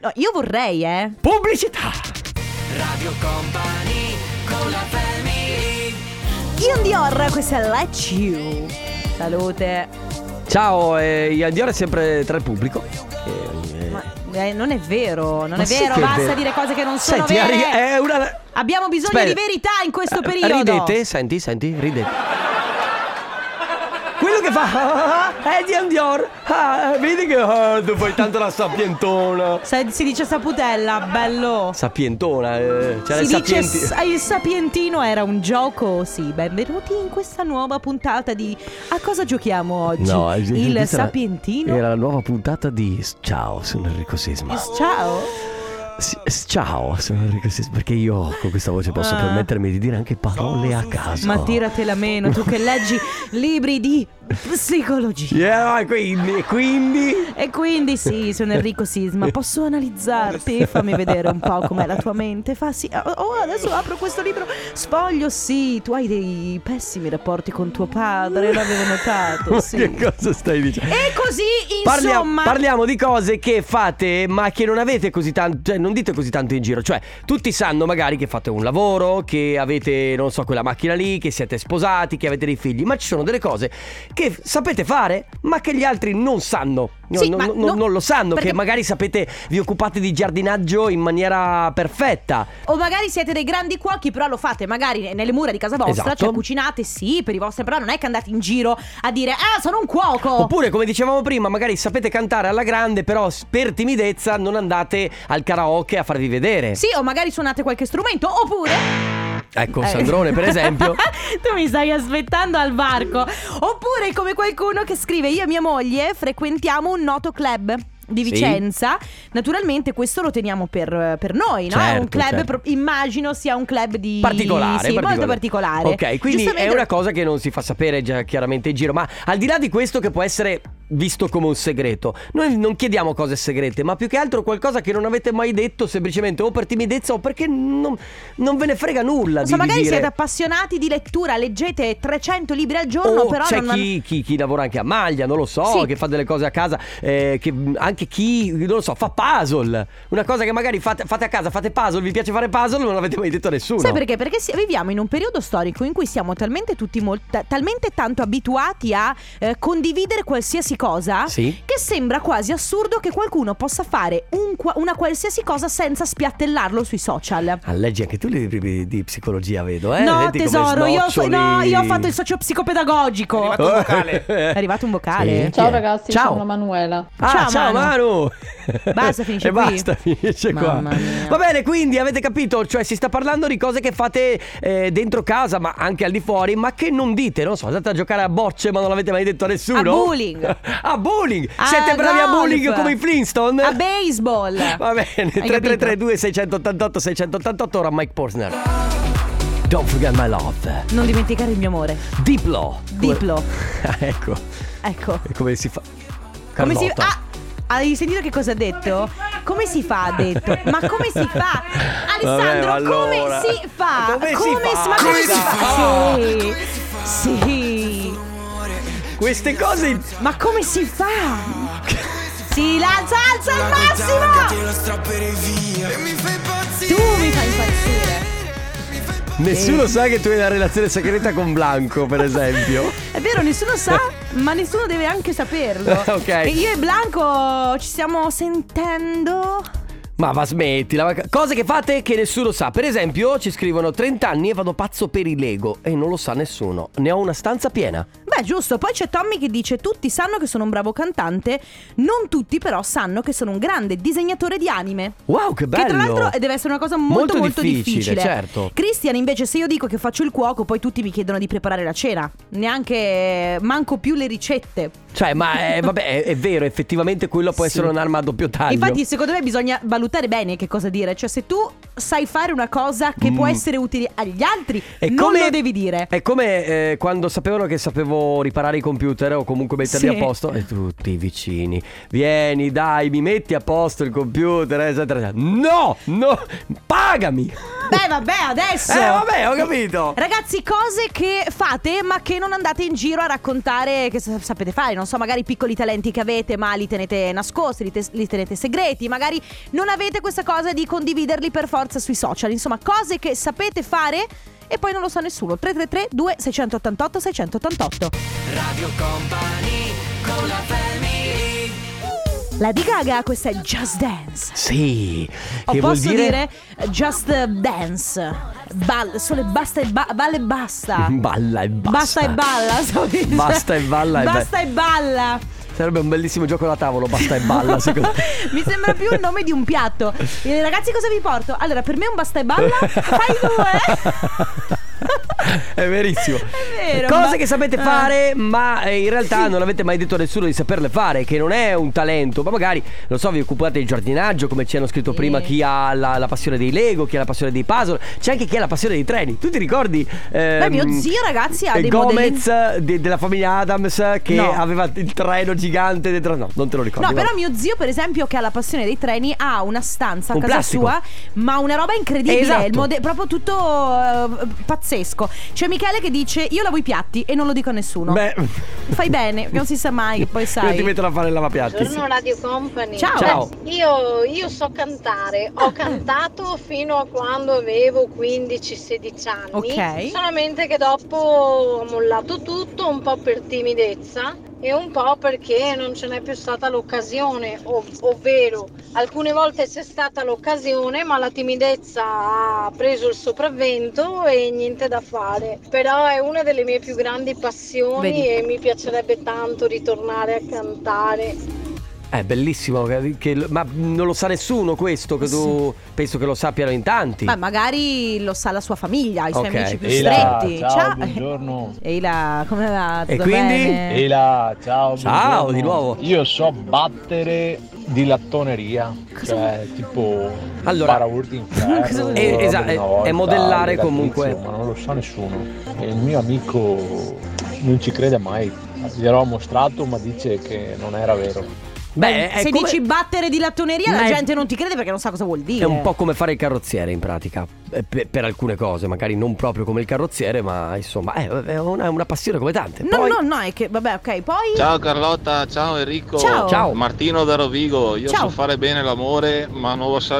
Speaker 1: no, io vorrei, eh.
Speaker 2: Pubblicità!
Speaker 1: Ian Dior, questa è Let You. Salute.
Speaker 2: Ciao, eh, Ian Dior è sempre tra il pubblico.
Speaker 1: Ma eh, non è vero, non
Speaker 2: Ma
Speaker 1: è
Speaker 2: sì
Speaker 1: vero,
Speaker 2: che è
Speaker 1: basta
Speaker 2: vero.
Speaker 1: dire cose che non sono
Speaker 2: Senti,
Speaker 1: vere.
Speaker 2: arri- è una-
Speaker 1: Abbiamo bisogno
Speaker 2: Aspetta.
Speaker 1: di verità in questo
Speaker 2: Eh,
Speaker 1: periodo.
Speaker 2: Ridete, senti, senti, ridete. Quello che fa [laughs] ah, Eddie Dior ah, Vedi che ah, tu fai tanto la sapientona
Speaker 1: Se- si dice saputella, bello.
Speaker 2: Sapientona eh. C'era il
Speaker 1: si dice
Speaker 2: sapienti
Speaker 1: s- il sapientino era un gioco. Sì, benvenuti in questa nuova puntata di A cosa giochiamo oggi?
Speaker 2: No, eh,
Speaker 1: il
Speaker 2: questa era-
Speaker 1: sapientino.
Speaker 2: Era la nuova puntata di S- Ciao, sono Enrico Sisma
Speaker 1: Ciao.
Speaker 2: S- s- Ciao, sono Enrico Sisma Perché io con questa voce posso
Speaker 1: Ah.
Speaker 2: permettermi di dire anche parole a caso
Speaker 1: Ma tiratela meno, tu che leggi libri di psicologia.
Speaker 2: Yeah, e quindi, e quindi
Speaker 1: E quindi sì, sono Enrico Sisma, posso analizzarti? Fammi vedere un po' com'è la tua mente. Fa sì, oh, oh, adesso apro questo libro, sfoglio, sì, tu hai dei pessimi rapporti con tuo padre, l'avevo notato,
Speaker 2: [laughs] Ma
Speaker 1: sì.
Speaker 2: Oh, Che cosa stai dicendo?
Speaker 1: E così,
Speaker 2: Parlia-
Speaker 1: insomma,
Speaker 2: parliamo di cose che fate ma che non avete così tanto, cioè non dite così tanto in giro, cioè tutti sanno magari che fate un lavoro, che avete non so quella macchina lì, che siete sposati, che avete dei figli, ma ci sono delle cose che f- sapete fare ma che gli altri non sanno, No,
Speaker 1: Sì,
Speaker 2: non,
Speaker 1: ma
Speaker 2: non-
Speaker 1: no-
Speaker 2: non lo sanno,
Speaker 1: perché-
Speaker 2: che magari sapete vi occupate di giardinaggio in maniera perfetta.
Speaker 1: o magari siete dei grandi cuochi, però lo fate magari nelle mura di casa vostra,
Speaker 2: Esatto.
Speaker 1: cioè cucinate sì per i vostri, però non è che andate in giro a dire "Ah, sono un cuoco".
Speaker 2: Oppure, come dicevamo prima, magari sapete cantare alla grande, però s- per timidezza non andate al karaoke a farvi vedere.
Speaker 1: Sì, o magari suonate qualche strumento, oppure
Speaker 2: Ecco,
Speaker 1: Eh. [laughs]
Speaker 2: Sandrone, per esempio.
Speaker 1: tu mi stai aspettando al varco. Oppure come qualcuno che scrive: Io e mia moglie frequentiamo un noto club. Di
Speaker 2: Sì.
Speaker 1: Vicenza, naturalmente questo lo teniamo per, per noi, no? È un
Speaker 2: Certo,
Speaker 1: club,
Speaker 2: certo.
Speaker 1: pro- immagino sia un club di...
Speaker 2: particolare,
Speaker 1: sì, molto particolare.
Speaker 2: Ok, quindi è
Speaker 1: Giustamente-
Speaker 2: una cosa che non si fa sapere già chiaramente in giro, ma al di là di questo che può essere visto come un segreto, noi non chiediamo cose segrete, ma più che altro qualcosa che non avete mai detto semplicemente o per timidezza o perché non, non ve ne frega nulla
Speaker 1: Non so,
Speaker 2: di, di
Speaker 1: magari
Speaker 2: dire.
Speaker 1: siete appassionati di lettura, leggete 300 libri al giorno,
Speaker 2: o
Speaker 1: però
Speaker 2: "Oh, c'è
Speaker 1: non...
Speaker 2: chi, chi- chi lavora anche a maglia, non lo so,
Speaker 1: Sì.
Speaker 2: che fa delle cose a casa, eh, che mh, anche chi, non lo so, fa puzzle. Una cosa che magari fate, fate a casa, fate puzzle, vi piace fare puzzle, non l'avete mai detto a nessuno.
Speaker 1: Sai perché? Perché si- viviamo in un periodo storico in cui siamo talmente tutti mol- ta- talmente tanto abituati a eh, condividere qualsiasi cosa
Speaker 2: Sì.
Speaker 1: che sembra quasi assurdo che qualcuno possa fare un qua- una qualsiasi cosa senza spiattellarlo sui social.
Speaker 2: Ah, leggi anche tu i libri di- di psicologia, vedo, eh?
Speaker 1: no,
Speaker 2: Vedi come
Speaker 1: tesoro, io,
Speaker 2: snoccioli.
Speaker 1: no, io ho fatto il
Speaker 2: [laughs]
Speaker 1: socio psicopedagogico.
Speaker 2: Eh.
Speaker 1: È arrivato un vocale.
Speaker 2: Sì.
Speaker 9: Ciao
Speaker 2: Chi è?
Speaker 9: ragazzi,
Speaker 2: Ciao.
Speaker 9: sono Manuela.
Speaker 2: Ah, ciao,
Speaker 1: Ciao,
Speaker 2: Manu.
Speaker 1: Manu.
Speaker 2: [laughs]
Speaker 1: Basta, finisce
Speaker 2: e
Speaker 1: qui.
Speaker 2: basta, finisce qua.
Speaker 1: Mamma mia.
Speaker 2: Va bene, quindi avete capito, cioè si sta parlando di cose che fate eh, dentro casa, ma anche al di fuori, ma che non dite, non so, andate a giocare a bocce, ma non l'avete mai detto a nessuno.
Speaker 1: A bowling.
Speaker 2: [laughs] a bowling.
Speaker 1: A
Speaker 2: Siete bravi a
Speaker 1: golf.
Speaker 2: bowling come i Flintstone?
Speaker 1: Ah, A baseball.
Speaker 2: [laughs] Va bene,
Speaker 1: Hai
Speaker 2: 3332 688 688 ora Mike Porsner. Don't forget my love.
Speaker 1: Non dimenticare il mio amore.
Speaker 2: Diplo.
Speaker 1: Diplo.
Speaker 2: Ah, [laughs] ecco,
Speaker 1: Ecco.
Speaker 2: E come si fa?
Speaker 1: Come si
Speaker 2: Carlotta.
Speaker 1: ah, hai sentito che cosa ha detto? Come si fa? Ha detto. Ma come si fa? Alessandro,
Speaker 2: Vabbè, ma
Speaker 1: come
Speaker 2: allora.
Speaker 1: si fa?
Speaker 2: Come si fa?
Speaker 1: ma
Speaker 2: Come
Speaker 1: come
Speaker 2: si
Speaker 1: si fa? Sì. Sì.
Speaker 2: Queste cose
Speaker 1: Ma come si fa? Si alza, alza il massimo! Tu mi fai impazzire.
Speaker 2: Nessuno sa che tu hai una relazione segreta con Blanco, per
Speaker 1: [laughs]
Speaker 2: esempio.
Speaker 1: È vero, nessuno
Speaker 2: [laughs]
Speaker 1: sa, ma nessuno deve anche saperlo.
Speaker 2: Ok.
Speaker 1: E io e Blanco ci stiamo sentendo.
Speaker 2: Ma va smettila. ma- Cose che fate che nessuno sa. Per esempio, ci scrivono 30 anni e vado pazzo per i Lego e non lo sa nessuno. Ne ho una stanza piena.
Speaker 1: Beh, giusto. Poi c'è Tommy che dice: Tutti sanno che sono un bravo cantante, non tutti però sanno che sono un grande disegnatore di anime.
Speaker 2: Wow, che bello.
Speaker 1: Che tra l'altro eh, deve essere una cosa molto molto,
Speaker 2: difficile,
Speaker 1: difficile,
Speaker 2: certo.
Speaker 1: Christian invece se io dico che faccio il cuoco poi tutti mi chiedono di preparare la cena Neanche manco più le ricette
Speaker 2: Cioè, ma eh, vabbè, è, è vero, effettivamente quello può
Speaker 1: Sì.
Speaker 2: essere un'arma a doppio taglio.
Speaker 1: Infatti secondo me bisogna valutare bene che cosa dire Cioè se tu sai fare una cosa che può
Speaker 2: Mm.
Speaker 1: essere utile agli altri
Speaker 2: È
Speaker 1: Non
Speaker 2: come-
Speaker 1: lo devi dire
Speaker 2: È come eh, quando sapevano che sapevo riparare i computer o comunque metterli
Speaker 1: Sì.
Speaker 2: a posto e tutti i vicini, vieni dai, mi metti a posto il computer, eccetera, eccetera. No, no, pagami.
Speaker 1: Beh vabbè adesso
Speaker 2: Eh vabbè, ho capito.
Speaker 1: Ragazzi, cose che fate ma che non andate in giro a raccontare che sa- sapete fare, non so, magari piccoli talenti che avete ma li tenete nascosti, li, te- li tenete segreti, magari non avete questa cosa di condividerli per forza sui social, insomma, cose che sapete fare e poi non lo sa nessuno. 333 2688 688. Lady Gaga, questa è Just Dance.
Speaker 2: Sì.
Speaker 1: O
Speaker 2: Che vuol
Speaker 1: posso
Speaker 2: dire?
Speaker 1: dire? Just eh, Dance. Ball, solo e basta e ba- balla e basta.
Speaker 2: Balla e [laughs] basta.
Speaker 1: Basta e balla,
Speaker 2: [laughs]
Speaker 1: stavo dicendo.
Speaker 2: Basta e balla e
Speaker 1: Basta e balla.
Speaker 2: Sarebbe un bellissimo gioco da tavolo, basta e balla, secondo me.
Speaker 1: [laughs] Mi sembra più il nome di un piatto. Eh, ragazzi, cosa vi porto? Allora, per me un basta e
Speaker 2: [laughs]
Speaker 1: balla, fai due.
Speaker 2: È verissimo.
Speaker 1: È vero,
Speaker 2: Cose
Speaker 1: ma-
Speaker 2: che sapete
Speaker 1: eh.
Speaker 2: fare, ma eh, in realtà non avete mai detto a nessuno di saperle fare, che non è un talento. Ma magari, non so, vi occupate di giardinaggio, come ci hanno scritto prima, chi ha la, la passione dei Lego, chi ha la passione dei puzzle, c'è anche chi ha la passione dei treni. Tu ti ricordi? Beh,
Speaker 1: mio zio, ragazzi, ha dei
Speaker 2: Gomez de- della famiglia Adams che
Speaker 1: No.
Speaker 2: aveva il treno gigante dentro. No, non te lo ricordo.
Speaker 1: No, però mio zio, per esempio, che ha la passione dei treni, ha una stanza a
Speaker 2: Un
Speaker 1: casa
Speaker 2: plastico.
Speaker 1: sua, ma una roba incredibile,
Speaker 2: Esatto.
Speaker 1: il mode- proprio tutto eh, pazzesco. C'è Michele che dice "Io lavo i piatti e non lo dico a nessuno".
Speaker 2: Beh,
Speaker 1: Fai bene, non si sa mai,
Speaker 2: [laughs]
Speaker 1: che poi sai.
Speaker 2: ti mettono a fare il lavapiatti.
Speaker 9: Buongiorno Radio Company. Cioè,
Speaker 1: Ciao.
Speaker 2: Ciao.
Speaker 9: Io, io so cantare,
Speaker 1: [coughs]
Speaker 9: ho cantato fino a quando avevo 15-16 anni,
Speaker 1: Ok.
Speaker 9: solamente che dopo ho mollato tutto un po' per timidezza e un po' perché non ce n'è più stata l'occasione, ov- ovvero alcune volte c'è stata l'occasione ma la timidezza ha preso il sopravvento e niente da fare, però è una delle mie più grandi passioni
Speaker 1: Vedi.
Speaker 9: e mi piacerebbe tanto ritornare a cantare.
Speaker 2: È Eh, bellissimo, che- che- ma non lo sa nessuno questo, che tu penso che lo sappiano in tanti.
Speaker 1: Eh, Ma magari lo sa la sua famiglia, i suoi
Speaker 2: Ok.
Speaker 1: amici più
Speaker 2: Ehi
Speaker 10: là,
Speaker 1: stretti. [laughs]
Speaker 10: ciao, buongiorno.
Speaker 1: Ehi là, come va?
Speaker 2: E
Speaker 1: Tutto
Speaker 2: quindi?
Speaker 1: bene?
Speaker 10: E là, ciao.
Speaker 2: Ciao,
Speaker 10: buongiorno.
Speaker 2: di nuovo.
Speaker 10: Io so battere di lattoneria, cioè tipo
Speaker 2: Allora-
Speaker 10: paraurti in
Speaker 2: [laughs]
Speaker 10: ferro,
Speaker 1: Cosa vuol
Speaker 10: roba
Speaker 2: dire? Eh, esatto,
Speaker 10: di una
Speaker 2: è-
Speaker 10: volta,
Speaker 2: è modellare
Speaker 10: il lattizio,
Speaker 2: comunque.
Speaker 10: Ma non lo sa nessuno. E il mio amico non ci crede mai. Gliel'ho mostrato, ma dice che non era vero.
Speaker 2: Beh, è,
Speaker 1: Se
Speaker 2: come-
Speaker 1: dici battere di lattoneria,
Speaker 2: Ma
Speaker 1: la
Speaker 2: è-
Speaker 1: gente non ti crede perché non sa cosa vuol dire.
Speaker 2: è un po' come fare il carrozziere in pratica, eh, pe- per, alcune cose, magari non proprio come il carrozziere, ma insomma eh, è una, è una passione come tante.
Speaker 1: No,
Speaker 2: Poi-
Speaker 1: no, no, è che vabbè, ok, poi
Speaker 11: Ciao Carlotta, ciao Enrico,
Speaker 1: Ciao.
Speaker 2: Ciao.
Speaker 11: Martino da Rovigo, io
Speaker 1: Ciao.
Speaker 11: so fare bene l'amore ma non lo sa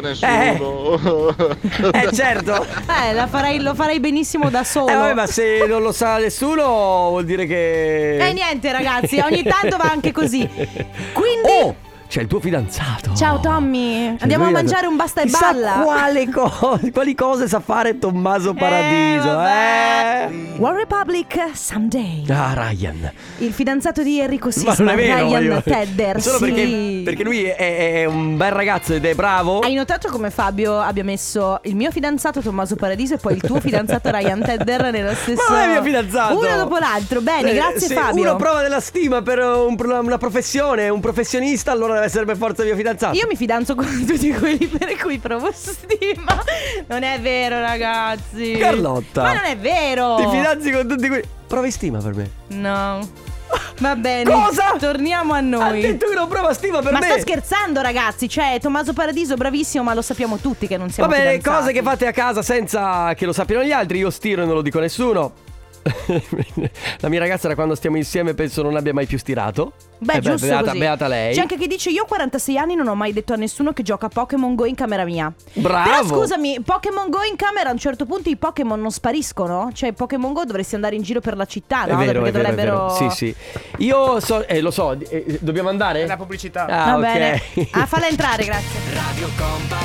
Speaker 11: nessuno.
Speaker 2: Eh. [laughs]
Speaker 1: [laughs]
Speaker 2: Eh certo!
Speaker 1: eh, la farai- lo farai benissimo da solo.
Speaker 2: [laughs] Eh, vabbè, ma se non lo sa nessuno vuol dire che...
Speaker 1: E Eh, niente ragazzi, ogni tanto va anche
Speaker 2: [laughs]
Speaker 1: così. Quindi...
Speaker 2: Oh, c'è il tuo fidanzato.
Speaker 1: Ciao, Tommy.
Speaker 2: C'è
Speaker 1: Andiamo
Speaker 2: lui
Speaker 1: a
Speaker 2: da-
Speaker 1: mangiare un basta e
Speaker 2: Chissà
Speaker 1: balla. Eh,
Speaker 2: Quale co- [laughs] quali cose sa fare Tommaso Paradiso?
Speaker 1: vabbè.
Speaker 2: eh?
Speaker 1: One Republic Someday.
Speaker 2: Ah, Ryan.
Speaker 1: Il fidanzato di Enrico
Speaker 2: Ma
Speaker 1: Sisma,
Speaker 2: non è vero.
Speaker 1: Ryan
Speaker 2: voglio-
Speaker 1: Tedder.
Speaker 2: Solo
Speaker 1: sì.
Speaker 2: perché, perché lui è, è- è un bel ragazzo ed è bravo.
Speaker 1: Hai notato come Fabio abbia messo il mio fidanzato Tommaso Paradiso e poi il tuo fidanzato Ryan Tedder nella stessa
Speaker 2: [laughs] Ma non è mio fidanzato.
Speaker 1: Uno dopo l'altro. Bene,
Speaker 2: Eh,
Speaker 1: grazie
Speaker 2: se
Speaker 1: Fabio.
Speaker 2: uno prova della stima per un- una professione, un professionista, allora deve essere per forza mio fidanzato.
Speaker 1: Io mi fidanzo con [laughs] tutti quelli per cui provo stima. Non è vero, ragazzi.
Speaker 2: Carlotta.
Speaker 1: Ma non è vero.
Speaker 2: Ti fidanzi con tutti quelli. Prova stima per me.
Speaker 1: No. Va bene.
Speaker 2: Cosa?
Speaker 1: Eh, Torniamo a
Speaker 2: Ha
Speaker 1: noi.
Speaker 2: detto che non prova stima per
Speaker 1: Ma
Speaker 2: me.
Speaker 1: sto scherzando, ragazzi. Cioè, Tommaso Paradiso, bravissimo, ma lo sappiamo tutti che non siamo
Speaker 2: Va bene,
Speaker 1: fidanzati.
Speaker 2: cose che fate a casa senza che lo sappiano gli altri, io stiro e non lo dico a nessuno. [laughs] La mia ragazza da quando stiamo insieme penso non abbia mai più stirato.
Speaker 1: Beh,
Speaker 2: Eh,
Speaker 1: giusto
Speaker 2: beata,
Speaker 1: così.
Speaker 2: beata lei.
Speaker 1: C'è anche chi dice: Io ho 46 anni non ho mai detto a nessuno che gioca a Pokémon Go in camera mia.
Speaker 2: Bravo.
Speaker 1: Però scusami, Pokémon Go in camera a un certo punto i Pokémon non spariscono? Cioè, i Pokémon Go dovresti andare in giro per la città,
Speaker 2: È
Speaker 1: no?
Speaker 2: vero,
Speaker 1: Perché
Speaker 2: è vero, è
Speaker 1: dovrebbero.
Speaker 2: vero. Sì, sì. Io so, eh, lo so, eh, eh, dobbiamo andare? La pubblicità. Ah,
Speaker 1: Va
Speaker 2: ok.
Speaker 1: bene. Ah, falla entrare, grazie.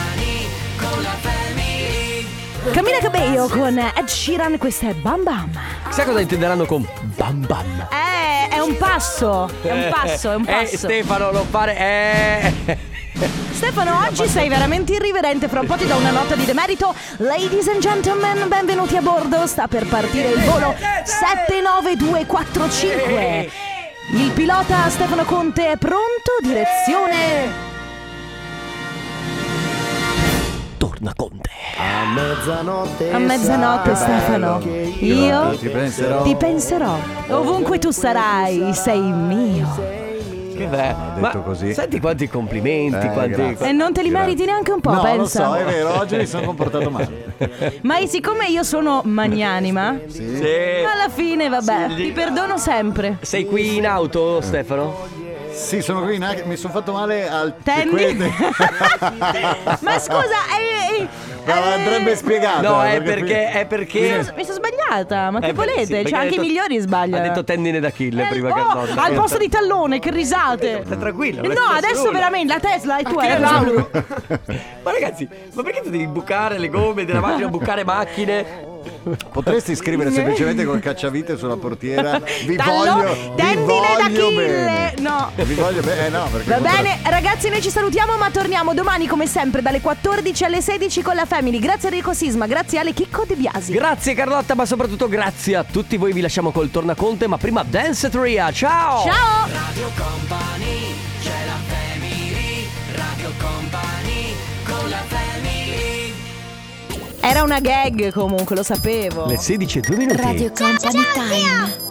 Speaker 1: Camina Cabello con Ed Sheeran, questa è Bam Bam.
Speaker 2: [laughs] Sai cosa intenderanno con bam bam?
Speaker 1: Eh, è un passo, è un passo, è un
Speaker 2: Eh,
Speaker 1: passo.
Speaker 2: Stefano, non fare... Eh.
Speaker 1: [laughs] Stefano, oggi sei veramente irriverente, fra un po' ti do una nota di demerito. Ladies and gentlemen, benvenuti a bordo, sta per partire il volo 79245. Il pilota Stefano Conte è pronto, direzione...
Speaker 2: Torna con te.
Speaker 1: A mezzanotte Stefano, io ti penserò. Ovunque tu sarai, sei mio.
Speaker 2: Che bello. Ah, detto così. Eh, Senti quanti complimenti, quanti...
Speaker 1: E non te li meriti neanche un po', pensa.
Speaker 10: vero, oggi mi sono comportato male.
Speaker 1: Ma siccome io sono magnanima, alla fine vabbè, ti perdono sempre.
Speaker 2: Sei qui in auto, Stefano?
Speaker 10: Sì, sono qui, mi sono fatto male al
Speaker 1: Tendi? [laughs] Ma scusa, eh, eh, eh,
Speaker 10: spiegato.
Speaker 2: No, è perché, è perché
Speaker 1: Mi sono sbagliata. Ma che
Speaker 2: Eh, beh,
Speaker 1: volete?
Speaker 2: sì, perché
Speaker 1: cioè,
Speaker 2: ha
Speaker 1: anche
Speaker 2: detto-
Speaker 1: i migliori
Speaker 2: Ha
Speaker 1: sbagliano.
Speaker 2: detto tendine d'Achille
Speaker 1: Eh,
Speaker 2: prima
Speaker 1: oh,
Speaker 2: Carlotta.
Speaker 1: al posto di tallone, che risate!
Speaker 2: Sta tranquilla, non è
Speaker 1: No,
Speaker 2: successo
Speaker 1: adesso
Speaker 2: nulla.
Speaker 1: veramente la Tesla è tua. eh,
Speaker 2: Ma ragazzi, ma perché tu devi bucare le gomme della macchina, bucare macchine?
Speaker 12: Potresti scrivere semplicemente col cacciavite sulla portiera. Vi
Speaker 1: Tallo-
Speaker 12: voglio. Vi
Speaker 1: tendine
Speaker 12: voglio
Speaker 1: d'Achille.
Speaker 12: bene.
Speaker 1: No.
Speaker 12: Vi voglio bene. Eh no, perché.
Speaker 1: Va
Speaker 12: potrà-
Speaker 1: bene, ragazzi, noi ci salutiamo, ma torniamo domani come sempre dalle 14 alle 16 con la Family. Grazie a Enrico Sisma, grazie alle Chicco De Biasi.
Speaker 2: Grazie Carlotta, ma soprattutto grazie a tutti voi. Vi lasciamo col tornaconte, ma prima Dance Tria. Ciao!
Speaker 1: Ciao!
Speaker 3: Radio Company, c'è la family, Radio Company, con la family.
Speaker 1: Era una gag comunque, lo sapevo.
Speaker 2: Le 16 e 2 minuti.
Speaker 7: Radio Company Time.